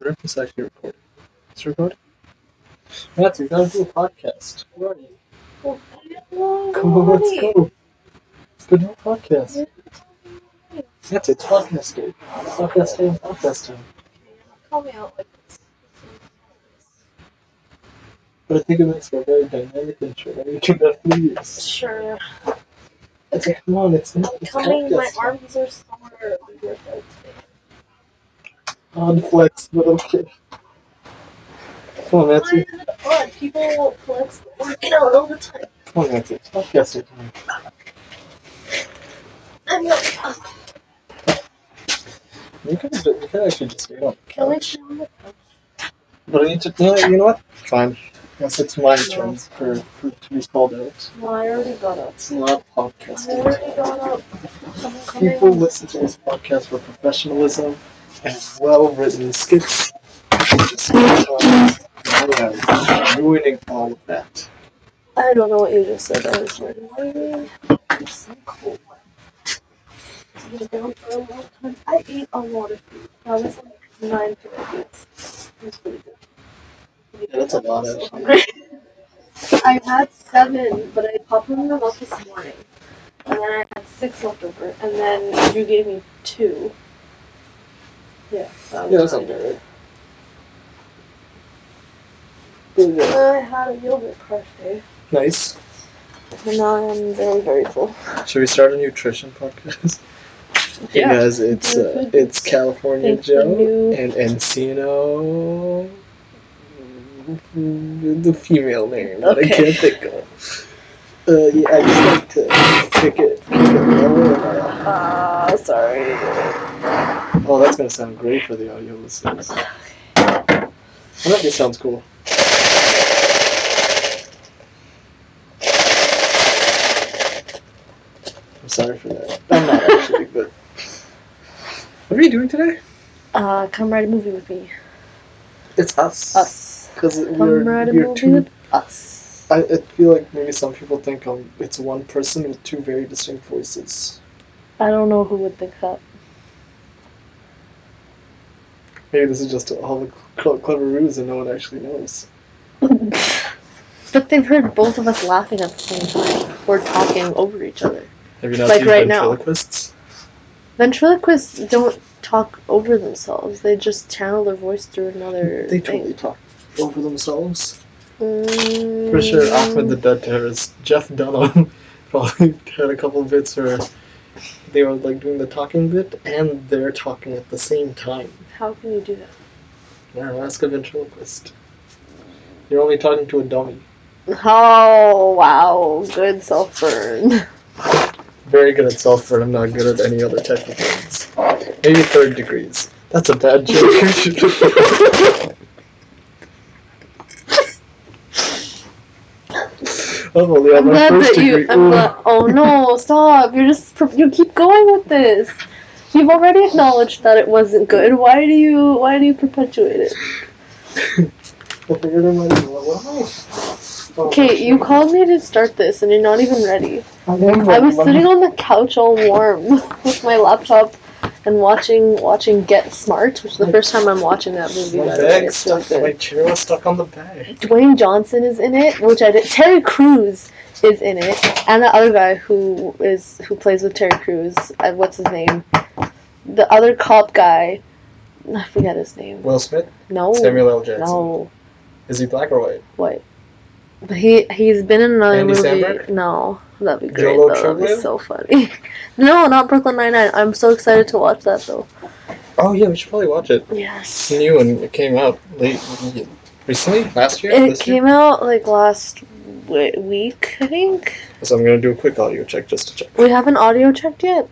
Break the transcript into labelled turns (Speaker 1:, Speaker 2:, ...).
Speaker 1: Rip is actually recording. It's recording?
Speaker 2: Matthew, gotta do a podcast. Where are you?
Speaker 1: Come on, let's go. Let's go do a podcast.
Speaker 2: Matthew, it's podcast day. Podcast day and podcast time.
Speaker 3: Call me out like this.
Speaker 2: But I think it makes for a very dynamic intro. I think you got three years.
Speaker 3: Sure.
Speaker 2: Okay, come on, it's not it's
Speaker 3: Coming, my
Speaker 2: podcast time.
Speaker 3: arms are somewhere under the
Speaker 2: Odd flex, but okay. Come on,
Speaker 3: Why
Speaker 2: Matthew.
Speaker 3: is it odd? People flex working out all the time.
Speaker 2: Come on, Matthew. It's podcast day time.
Speaker 3: I'm not. Uh,
Speaker 2: You could, you could actually just stay on the
Speaker 3: can we
Speaker 2: couch.
Speaker 3: chill on the couch?
Speaker 2: But I need to, no, you know what? Fine. Yes, it's my turn for, for to be called out.
Speaker 3: No, I already got up.
Speaker 2: It's not
Speaker 3: I
Speaker 2: podcast day.
Speaker 3: already got up. I'm coming.
Speaker 2: People listen to this podcast for professionalism and well-written skits. Yeah, ruining all of that.
Speaker 3: I don't know what you just said. I was like, why are you- It's so cold. I've been down for a long time. I eat a lot of food. I was like nine pounds. It's pretty good.
Speaker 2: Yeah, that's a lot, actually.
Speaker 3: I had seven, but I popped them up this morning. And then I had six left over. And then you gave me two. Yeah. that was
Speaker 2: Yeah, that's
Speaker 3: fine.
Speaker 2: not right. But yeah,
Speaker 3: I had a yogurt parfait.
Speaker 2: Nice.
Speaker 3: And now I'm very, very full.
Speaker 2: Should we start a nutrition podcast? Hey guys, it's uh, it's California
Speaker 3: It's the
Speaker 2: Joe
Speaker 3: new-
Speaker 2: and Encino. The female name that I
Speaker 3: Okay.
Speaker 2: can't think of. Uh, yeah, I just like to pick it. pick it lower.
Speaker 3: Ah, sorry.
Speaker 2: Oh, that's gonna sound great for the audio listeners. I think it sounds cool. I'm sorry for that. I'm not actually, but what are you doing today?
Speaker 3: Uh, come write a movie with me.
Speaker 2: It's us.
Speaker 3: Us.
Speaker 2: Because
Speaker 3: Come write
Speaker 2: we're,
Speaker 3: a
Speaker 2: we're
Speaker 3: movie
Speaker 2: two.
Speaker 3: with us.
Speaker 2: I, I feel like maybe some people think um, it's one person with two very distinct voices.
Speaker 3: I don't know who would think that.
Speaker 2: Maybe this is just all the cl- clever ruse and no one actually knows.
Speaker 3: But they've heard both of us laughing at the same time. We're talking over each other.
Speaker 2: Have you not
Speaker 3: Like
Speaker 2: seen
Speaker 3: right now.
Speaker 2: ventriloquists?
Speaker 3: Ventriloquists don't talk over themselves. They just channel their voice through another
Speaker 2: They
Speaker 3: thing.
Speaker 2: totally talk over themselves.
Speaker 3: Mm,
Speaker 2: For sure, Ahmed the Dead Terrorist, Jeff Dunham, probably had a couple bits where they were like doing the talking bit and they're talking at the same time.
Speaker 3: How can you do that?
Speaker 2: Now ask a ventriloquist. You're only talking to a dummy.
Speaker 3: Oh wow, good self burn.
Speaker 2: Very good at self but I'm not good at any other type of things. Maybe third degrees. That's a bad joke. I'm only on
Speaker 3: I'm
Speaker 2: Oh, my
Speaker 3: glad
Speaker 2: first
Speaker 3: that
Speaker 2: degree.
Speaker 3: you. I'm
Speaker 2: Ooh.
Speaker 3: glad, oh no, stop! You're just you keep going with this. You've already acknowledged that it wasn't good. Why do you? Why do you perpetuate it?
Speaker 2: Well, figure them out. Well, well,
Speaker 3: Okay, you called me to start this, and you're not even ready.
Speaker 2: I am
Speaker 3: I was
Speaker 2: one.
Speaker 3: sitting on the couch all warm with my laptop and watching watching Get Smart, which is the first time I'm watching that movie.
Speaker 2: My
Speaker 3: By the way.
Speaker 2: bag
Speaker 3: It's so
Speaker 2: stuck. My
Speaker 3: good.
Speaker 2: chair was stuck on the bag.
Speaker 3: Dwayne Johnson is in it, which I did. Terry Crews is in it, and the other guy who is who plays with Terry Crews, uh, what's his name? The other cop guy, I forget his name.
Speaker 2: Will Smith,
Speaker 3: No,
Speaker 2: Samuel L. Jackson.
Speaker 3: no,
Speaker 2: Is he black or white?
Speaker 3: what? But he he's been in another
Speaker 2: Andy
Speaker 3: movie.
Speaker 2: Samberg?
Speaker 3: No, that'd be great
Speaker 2: Jolo
Speaker 3: though. That'd
Speaker 2: Trugler?
Speaker 3: be so funny. no, not Brooklyn Nine Nine. I'm so excited to watch that though.
Speaker 2: Oh yeah, we should probably watch it. It's
Speaker 3: Yes.
Speaker 2: new and it came out late recently, last year.
Speaker 3: It
Speaker 2: this
Speaker 3: came out like last w- week, I think.
Speaker 2: year? So I'm gonna do a quick audio check just to check.
Speaker 3: We haven't audio checked yet.